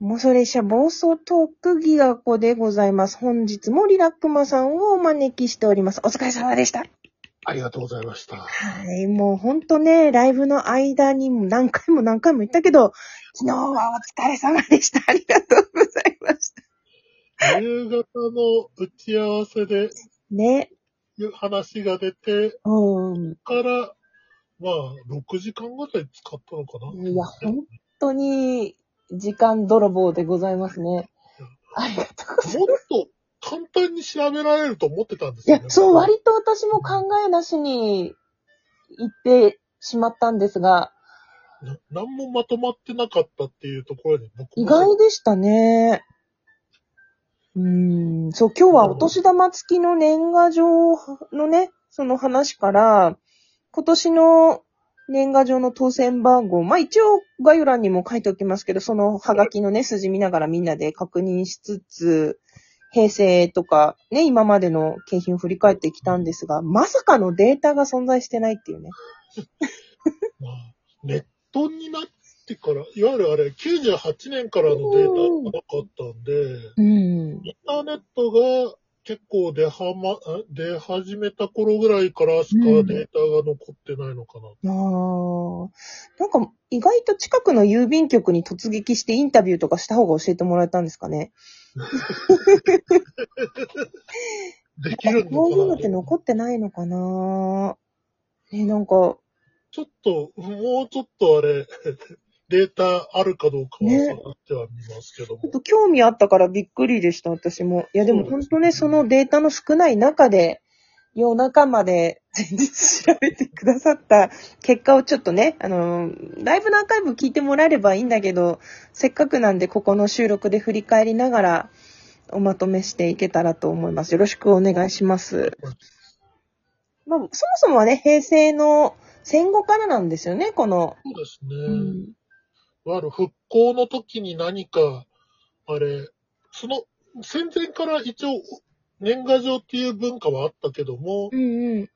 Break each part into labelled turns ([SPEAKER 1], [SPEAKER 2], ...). [SPEAKER 1] 妄想列車暴走トークギガ子でございます。本日もリラックマさんをお招きしております。お疲れ様でした。
[SPEAKER 2] ありがとうございました。
[SPEAKER 1] はい、もうほんとね、ライブの間にも何回も何回も言ったけど、昨日はお疲れ様でした。ありがとうございました。
[SPEAKER 2] 夕方の打ち合わせで
[SPEAKER 1] ね、
[SPEAKER 2] 話が出て
[SPEAKER 1] うん。
[SPEAKER 2] から、まあ、6時間ぐらい使ったのかな。
[SPEAKER 1] いや、本当に時間泥棒でございますね。ありがとうございます。
[SPEAKER 2] もっと簡単に調べられると思ってたんです
[SPEAKER 1] い
[SPEAKER 2] よ、ね
[SPEAKER 1] や、。そう、割と私も考えなしに行ってしまったんですが、
[SPEAKER 2] な何もまとまってなかったっていうところに僕も
[SPEAKER 1] 意外でしたね。うーん、そう、今日はお年玉付きの年賀状のね、その話から、今年の年賀状の当選番号、まあ一応概要欄にも書いておきますけど、そのハガキのね、筋見ながらみんなで確認しつつ、平成とかね、今までの景品を振り返ってきたんですが、まさかのデータが存在してないっていうね。
[SPEAKER 2] まあネットになってから、いわゆるあれ、98年からのデータがなかったんで、
[SPEAKER 1] うん。
[SPEAKER 2] インターネットが結構出はま、あ出始めた頃ぐらいからしか
[SPEAKER 1] うん
[SPEAKER 2] データが残ってないのか
[SPEAKER 1] あ
[SPEAKER 2] な。
[SPEAKER 1] あ。なんか、意外と近くの郵便局に突撃してインタビューとかした方が教えてもらえたんですかね。
[SPEAKER 2] できるの
[SPEAKER 1] こういうのっ
[SPEAKER 2] か
[SPEAKER 1] て
[SPEAKER 2] な
[SPEAKER 1] 残ってないのかなね、なんか、
[SPEAKER 2] ちょっと、もうちょっとあれ、 データあるかどうかは
[SPEAKER 1] ね
[SPEAKER 2] 探ってはみますけども。
[SPEAKER 1] 興味あったからびっくりでした、私も。いや、でも本当ね、そのデータの少ない中で、夜中まで前日調べてくださった結果をちょっとね、あの、ライブのアーカイブ聞いてもらえればいいんだけど、せっかくなんでここの収録で振り返りながら、おまとめしていけたらと思います。よろしくお願いします。まあ、そもそもはね、平成の戦後からなんですよね、この。
[SPEAKER 2] そうです
[SPEAKER 1] う
[SPEAKER 2] ね。いわゆる復興の時に何か、あれ、その、戦前から一応、年賀状っていう文化はあったけども、
[SPEAKER 1] うんうん。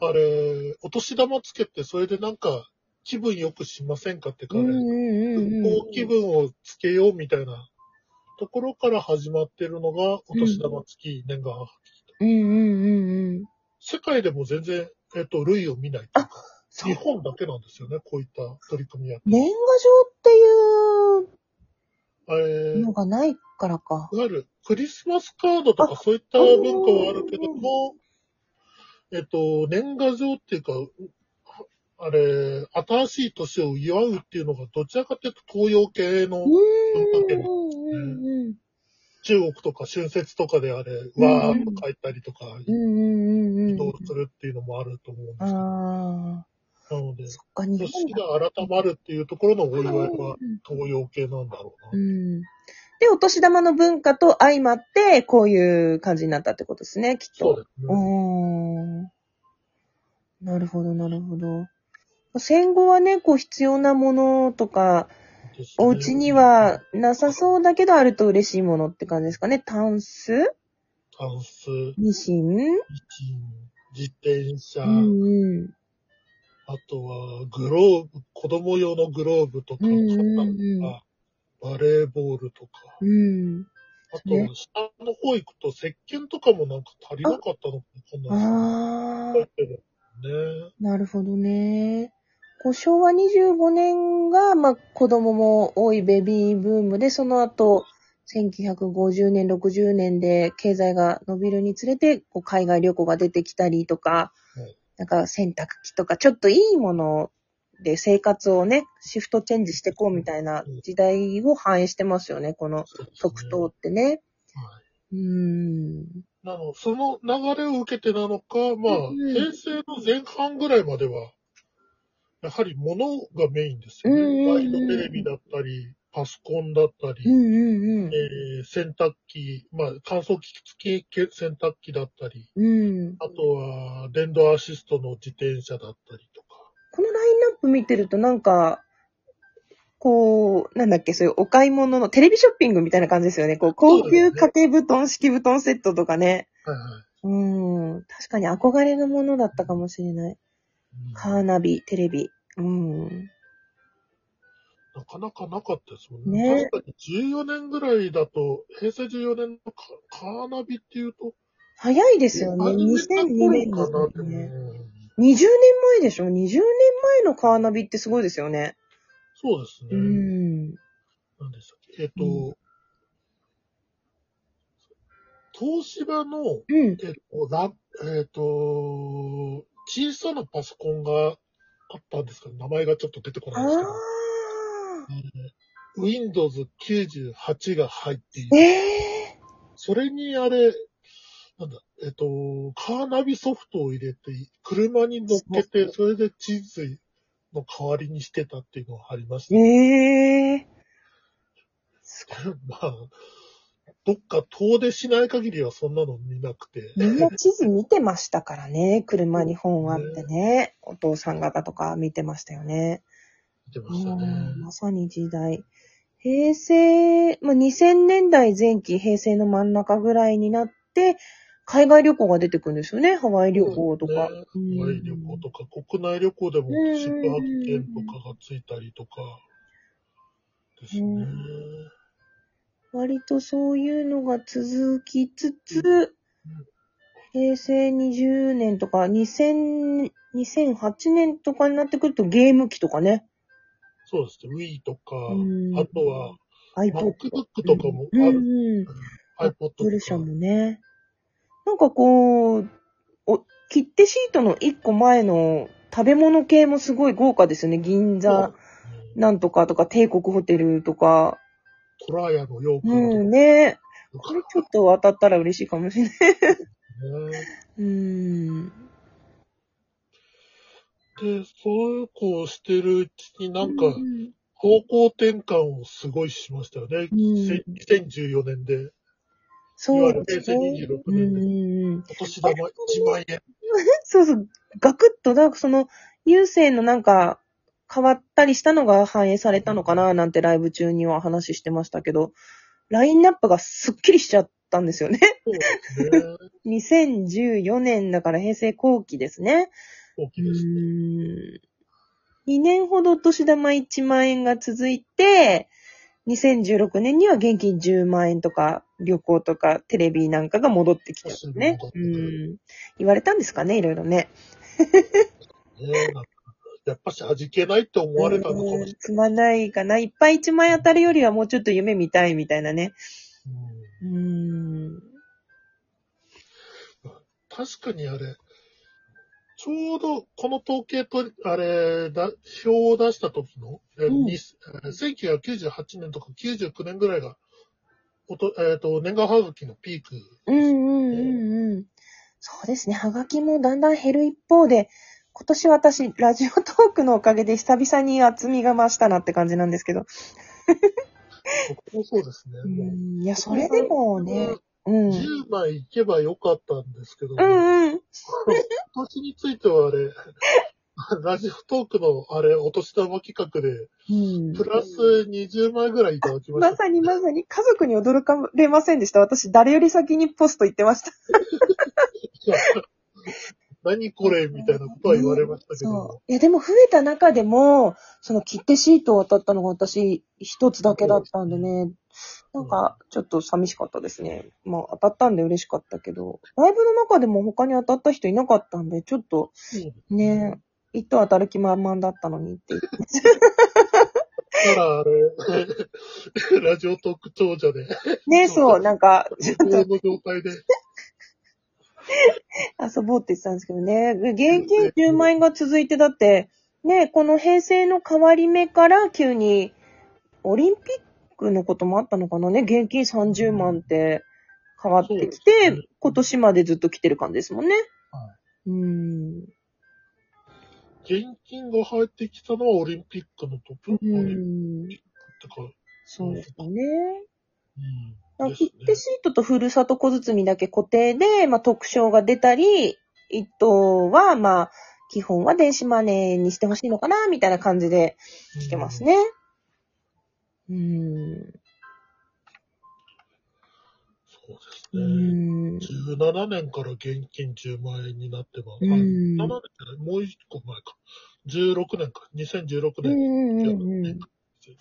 [SPEAKER 2] あれ、お年玉つけて、それでなんか、気分良くしませんかってか、あれ
[SPEAKER 1] うん
[SPEAKER 2] こう気分をつけようみたいなところから始まってるのが、お年玉付き年賀はがき。
[SPEAKER 1] うんうんうんうん。
[SPEAKER 2] 世界でも全然、えっと、類を見ないというか。
[SPEAKER 1] そう
[SPEAKER 2] 日。本だけなんですよね、こういった取り組みは。
[SPEAKER 1] 年賀状っ
[SPEAKER 2] あ
[SPEAKER 1] て
[SPEAKER 2] れ、
[SPEAKER 1] いう
[SPEAKER 2] い
[SPEAKER 1] の
[SPEAKER 2] わ
[SPEAKER 1] がないからか。
[SPEAKER 2] ゆるクリスマスカードとかそういった文化はあるけども、えっと、年賀状っていうか、あれ、新しい年を祝うっていうのが、どちらかというと東洋系の
[SPEAKER 1] うーん。
[SPEAKER 2] う
[SPEAKER 1] うんんうん
[SPEAKER 2] 中国とか春節とかであれ、わーっと書いたりとか、
[SPEAKER 1] うん
[SPEAKER 2] 移
[SPEAKER 1] うん
[SPEAKER 2] 動するっていうのもあると思うんですけど、
[SPEAKER 1] あ
[SPEAKER 2] なので
[SPEAKER 1] あ、、そっか、日
[SPEAKER 2] 年
[SPEAKER 1] 本だ。
[SPEAKER 2] が改まるっていうところのお祝いは
[SPEAKER 1] うん
[SPEAKER 2] 東洋系なんだろう
[SPEAKER 1] う
[SPEAKER 2] な。
[SPEAKER 1] ん。で、お年玉の文化と相まって、こういう感じになったってことですね、きっ
[SPEAKER 2] そう
[SPEAKER 1] と。
[SPEAKER 2] ですね。
[SPEAKER 1] うーん。なるほど、なるほど。戦後はね、こう必要なものとか、お家にはなさそうだけどあると嬉しいものって感じですかね。タンス
[SPEAKER 2] タンス、
[SPEAKER 1] ミシン
[SPEAKER 2] 自転車、
[SPEAKER 1] うんうん。
[SPEAKER 2] あとはグローブ、子供用のグローブとか、
[SPEAKER 1] う
[SPEAKER 2] 買
[SPEAKER 1] ん
[SPEAKER 2] った
[SPEAKER 1] うん
[SPEAKER 2] り
[SPEAKER 1] うん
[SPEAKER 2] とかバレーボールとか、
[SPEAKER 1] うん。
[SPEAKER 2] あとは下の方行くと石鹸とかもなんか足りなかったのかなわかんない
[SPEAKER 1] あ
[SPEAKER 2] で
[SPEAKER 1] あ、
[SPEAKER 2] すけどね。
[SPEAKER 1] なるほどね。こう昭和25年が、まあ、子供も多いベビーブームで、その後、1950年、60年で経済が伸びるにつれて、こう海外旅行が出てきたりとか、
[SPEAKER 2] はい
[SPEAKER 1] なんか洗濯機とか、ちょっといいもので生活をね、シフトチェンジしてこうみたいな時代を反映してますよね、この
[SPEAKER 2] そうですね
[SPEAKER 1] 即答ってね。
[SPEAKER 2] は
[SPEAKER 1] うーん。
[SPEAKER 2] いなの、その流れを受けてなのか、まあ、
[SPEAKER 1] うんうん
[SPEAKER 2] 平成の前半ぐらいまでは、やはり物がメインですよ
[SPEAKER 1] うんうんう
[SPEAKER 2] ね。
[SPEAKER 1] ん
[SPEAKER 2] ワイドテレビだったり、パソコンだった
[SPEAKER 1] う
[SPEAKER 2] り、
[SPEAKER 1] んうんうん。
[SPEAKER 2] えー洗濯機、まあ、乾燥機付き洗濯機だったり、
[SPEAKER 1] うん。
[SPEAKER 2] あとは、電動アシストの自転車だったりとか。
[SPEAKER 1] このラインナップ見てるとなんか、こう、なんだっけ、そういうお買い物の、テレビショッピングみたいな感じですよね。こう、高級家庭布団、敷布団セットとかね。
[SPEAKER 2] はいはい
[SPEAKER 1] うん。確かに憧れのものだったかもしれない。
[SPEAKER 2] うん
[SPEAKER 1] カーナビ、テレビ。うん。
[SPEAKER 2] なかなかなかったですもん
[SPEAKER 1] ね
[SPEAKER 2] ね。確かに14年ぐらいだと、平成14年のカカーナビっていうと、
[SPEAKER 1] 早いですよね。
[SPEAKER 2] 始めた
[SPEAKER 1] 2002年で
[SPEAKER 2] 頃
[SPEAKER 1] す
[SPEAKER 2] かなって
[SPEAKER 1] もんね。
[SPEAKER 2] うん
[SPEAKER 1] 20年前でしょ ?20 年前のカーナビってすごいですよね。
[SPEAKER 2] そうですね。
[SPEAKER 1] うん。
[SPEAKER 2] なんでしたっけえっ、と、
[SPEAKER 1] う
[SPEAKER 2] 東芝の、
[SPEAKER 1] うん。
[SPEAKER 2] えっ、と、ラえっ、と、小さなパソコンがあったんですけど、名前がちょっと出てこな
[SPEAKER 1] あ
[SPEAKER 2] いんですけど、Windows 98が入ってい
[SPEAKER 1] あ。
[SPEAKER 2] る。
[SPEAKER 1] ええ
[SPEAKER 2] それにあれ、なんだ、えっ、と、カーナビソフトを入れて、車に乗っけて、それで地図の代わりにしてたっていうのがありましたね。
[SPEAKER 1] ええすごい。
[SPEAKER 2] まあ、どっか遠出しない限りはそんなの見なくて。
[SPEAKER 1] みんな地図見てましたからね。車に本あってね。お父さん方とか見てましたよね。
[SPEAKER 2] 出ましたね
[SPEAKER 1] うん。まさに時代。平成、まあ、2000年代前期、平成の真ん中ぐらいになって、海外旅行が出てくるんですよね。ハワイ旅行とか。
[SPEAKER 2] ね
[SPEAKER 1] うん
[SPEAKER 2] ハワイ旅行とか、国内旅行でも
[SPEAKER 1] うん
[SPEAKER 2] 宿泊券とかがついたりとか、です
[SPEAKER 1] う
[SPEAKER 2] ね。
[SPEAKER 1] 割とそういうのが続きつつ、平成20年とか2000、2008年とかになってくるとゲーム機とかね。
[SPEAKER 2] そうですね。Wii とか、
[SPEAKER 1] うん
[SPEAKER 2] あとは
[SPEAKER 1] iPod。
[SPEAKER 2] MacBook とかもあ
[SPEAKER 1] うん
[SPEAKER 2] る。
[SPEAKER 1] うん。
[SPEAKER 2] iPod とか。
[SPEAKER 1] ブル社もね。なんかこう、お、切手シートの一個前の食べ物系もすごい豪華ですよね。銀座
[SPEAKER 2] うん
[SPEAKER 1] なんとかとか帝国ホテルとか。
[SPEAKER 2] トラヤの洋服
[SPEAKER 1] うん
[SPEAKER 2] と
[SPEAKER 1] ね。
[SPEAKER 2] か
[SPEAKER 1] これちょっと当たったら嬉しいかもしれない。
[SPEAKER 2] ね。
[SPEAKER 1] うん。
[SPEAKER 2] で、そうこうしてるうちになんか
[SPEAKER 1] う、
[SPEAKER 2] 方向転換をすごいしましたよね。
[SPEAKER 1] うん
[SPEAKER 2] 2014年で、
[SPEAKER 1] そうです
[SPEAKER 2] 平
[SPEAKER 1] ね
[SPEAKER 2] 成26。
[SPEAKER 1] うんう
[SPEAKER 2] 年で
[SPEAKER 1] んうん。
[SPEAKER 2] お年玉1万円。
[SPEAKER 1] そうそう。ガクッと、なんかその、郵政のなんか、変わったりしたのが反映されたのかななんてライブ中には話してましたけど、ラインナップがすっきりしちゃったんですよね。
[SPEAKER 2] そうですね。
[SPEAKER 1] 2014年だから平成後期ですね。
[SPEAKER 2] 大き
[SPEAKER 1] う
[SPEAKER 2] いです。
[SPEAKER 1] ーん2年ほどお年玉1万円が続いて、2016年には現金10万円とか、旅行とか、テレビなんかが戻ってきたんね。
[SPEAKER 2] そ
[SPEAKER 1] う
[SPEAKER 2] うそう戻ってく
[SPEAKER 1] ん。言われたんですかね、いろいろね。
[SPEAKER 2] ねなんかやっぱし味気ないって思われたのかもしれ
[SPEAKER 1] う
[SPEAKER 2] なんい。
[SPEAKER 1] つまんないかな。いっぱい1万円当たるよりはもうちょっと夢見たいみたいなね。
[SPEAKER 2] うん
[SPEAKER 1] うーん。
[SPEAKER 2] 確かにあれ、ちょうどこの統計と、あれ、だ表を出した時の、え
[SPEAKER 1] うん
[SPEAKER 2] にえー1998年とか99年ぐらいが、おとえっ、と、年賀はがきのピーク。
[SPEAKER 1] うんうんうんうん。そうですね。はがきもだんだん減る一方で、今年私、ラジオトークのおかげで久々に厚みが増したなって感じなんですけど。
[SPEAKER 2] 僕もそうですね。
[SPEAKER 1] う
[SPEAKER 2] も
[SPEAKER 1] ん。いや、それでも
[SPEAKER 2] う
[SPEAKER 1] ね。うん。うん
[SPEAKER 2] 10枚いけばよかったんですけ
[SPEAKER 1] う
[SPEAKER 2] ど、
[SPEAKER 1] ん。
[SPEAKER 2] 今年についてはあれ、 ラジオトークのあれ、お年玉企画で、
[SPEAKER 1] うん
[SPEAKER 2] プラス20枚ぐらいいただきました。
[SPEAKER 1] まさにまさに家族に驚かれませんでした。私、誰より先にポスト行ってました。
[SPEAKER 2] 何これみたいなことは言われましたけ
[SPEAKER 1] そ
[SPEAKER 2] ども。
[SPEAKER 1] う。いや、でも増えた中でも、その切手シートを当たったのが私、一つだけだったんでね、なんか、ちょっと寂しかったですね。まあ、当たったんで嬉しかったけど、ライブの中でも他に当たった人いなかったんで、ちょっと、ね、一等当たる気満々だったのにって。
[SPEAKER 2] だからあれ、 ラジオトーク長者で、
[SPEAKER 1] ね、そう、なんか、ちょっと
[SPEAKER 2] 無料の状態で、
[SPEAKER 1] 遊ぼうって言ってたんですけどね。現金10万円が続いて、だって、ね、この平成の変わり目から急に、オリンピックのこともあったのかなね。現金30万って変わってきて、
[SPEAKER 2] そうですね
[SPEAKER 1] 今年までずっと来てる感じですもんね。
[SPEAKER 2] は
[SPEAKER 1] うん。
[SPEAKER 2] 現金が入ってきたのはオリンピックのトップ、オ
[SPEAKER 1] う
[SPEAKER 2] リンピッ
[SPEAKER 1] ん。
[SPEAKER 2] クってか、
[SPEAKER 1] そうですよね。
[SPEAKER 2] うん。
[SPEAKER 1] 切手
[SPEAKER 2] で
[SPEAKER 1] シ
[SPEAKER 2] す
[SPEAKER 1] ートとふるさと小包だけ固定で、まあ、特徴が出たり、一等は、まあ、基本は電子マネーにしてほしいのかな、みたいな感じで
[SPEAKER 2] ね。
[SPEAKER 1] 来てますね。うん。
[SPEAKER 2] うん。そ
[SPEAKER 1] う
[SPEAKER 2] うですね。
[SPEAKER 1] ん。
[SPEAKER 2] 17年から現金10万円になってば、あ
[SPEAKER 1] うん
[SPEAKER 2] 17年じゃない、もう一個前か。16年か、2016
[SPEAKER 1] うんう
[SPEAKER 2] 年。
[SPEAKER 1] んうんうん。
[SPEAKER 2] ですけど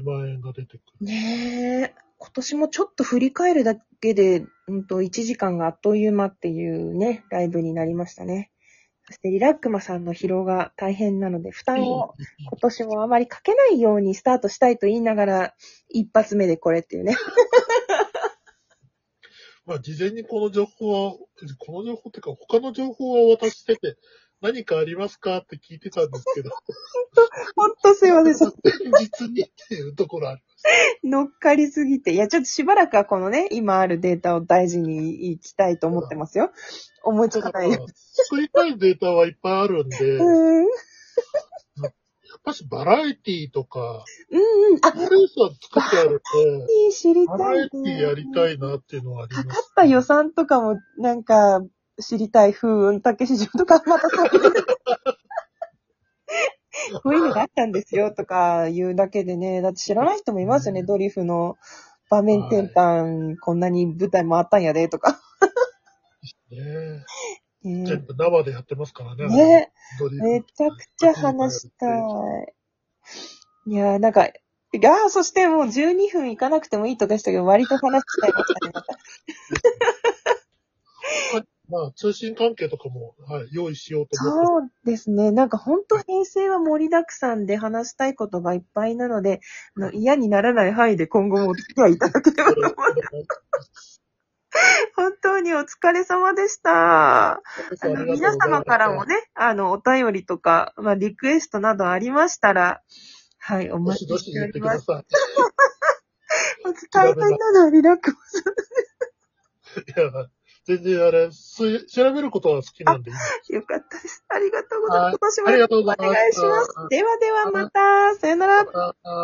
[SPEAKER 2] 10万円が出てくる。
[SPEAKER 1] ねえ。今年もちょっと振り返るだけで、うんと、1時間があっという間っていうね、ライブになりましたね。そしてリラックマさんの疲労が大変なので、負担を今年もあまりかけないようにスタートしたいと言いながら、一発目でこれって いうね。
[SPEAKER 2] まあ、事前にこの情報は、この情報っていうか、他の情報は渡してて、何かありますかって聞いてたんですけど、
[SPEAKER 1] ほんとすいません。そ
[SPEAKER 2] 実にっていうところある。
[SPEAKER 1] 乗っかりすぎて。いや、ちょっとしばらくはこのね、今あるデータを大事にいきたいと思ってますよ。思いつかないよ。
[SPEAKER 2] 作りたいデータはいっぱいあるんで、
[SPEAKER 1] う
[SPEAKER 2] やっ
[SPEAKER 1] ん。うん
[SPEAKER 2] ぱしバラエティとか、
[SPEAKER 1] うん。あ、
[SPEAKER 2] プレイスは作ってあるんで、
[SPEAKER 1] いい知りた
[SPEAKER 2] バ
[SPEAKER 1] い。
[SPEAKER 2] ラエティやりたいなっていうのはあり
[SPEAKER 1] か
[SPEAKER 2] ま
[SPEAKER 1] かっ
[SPEAKER 2] す。
[SPEAKER 1] た予算とかも、なんか、知りたい風雲、たけし城とか、またそういう。こういうのがあったんですよ、とか言うだけでね。だって知らない人もいますよね、ドリフの場面転換、こんなに舞台回ったんやで、とか。
[SPEAKER 2] ね
[SPEAKER 1] ね
[SPEAKER 2] 全部生でやってますからね。
[SPEAKER 1] ね
[SPEAKER 2] ドリフ
[SPEAKER 1] めちゃくちゃ話したい。いやー、なんか、いやー、そしてもう12分いかなくてもいいとかしたけど、割と話しちゃいましたね。
[SPEAKER 2] まあ、通信関係とかも、はい、用意しようと思っ
[SPEAKER 1] そ
[SPEAKER 2] て
[SPEAKER 1] うですね。なんか本当平成は盛りだくさんで話したいことがいっぱいなので、あの嫌にならない範囲で今後もお付き合いいただければと思います。 本当にお疲れ様でした。あの皆様からも
[SPEAKER 2] ね。
[SPEAKER 1] ね、あの、お便りとか、まあ、リクエストなどありましたら、はい、お
[SPEAKER 2] ど
[SPEAKER 1] 待
[SPEAKER 2] しど
[SPEAKER 1] ち
[SPEAKER 2] し
[SPEAKER 1] してお
[SPEAKER 2] 言って
[SPEAKER 1] り
[SPEAKER 2] く
[SPEAKER 1] ま
[SPEAKER 2] だ
[SPEAKER 1] す。
[SPEAKER 2] さ
[SPEAKER 1] お伝えたいなのはリラックス。
[SPEAKER 2] い。いや、全然あれ、す調べることは好きなんでいい。
[SPEAKER 1] よかったです。ありがとうございます。今年も
[SPEAKER 2] ありがとう
[SPEAKER 1] お
[SPEAKER 2] ございま
[SPEAKER 1] 願いし
[SPEAKER 2] した
[SPEAKER 1] ます。ではではまた、さよなら。
[SPEAKER 2] あー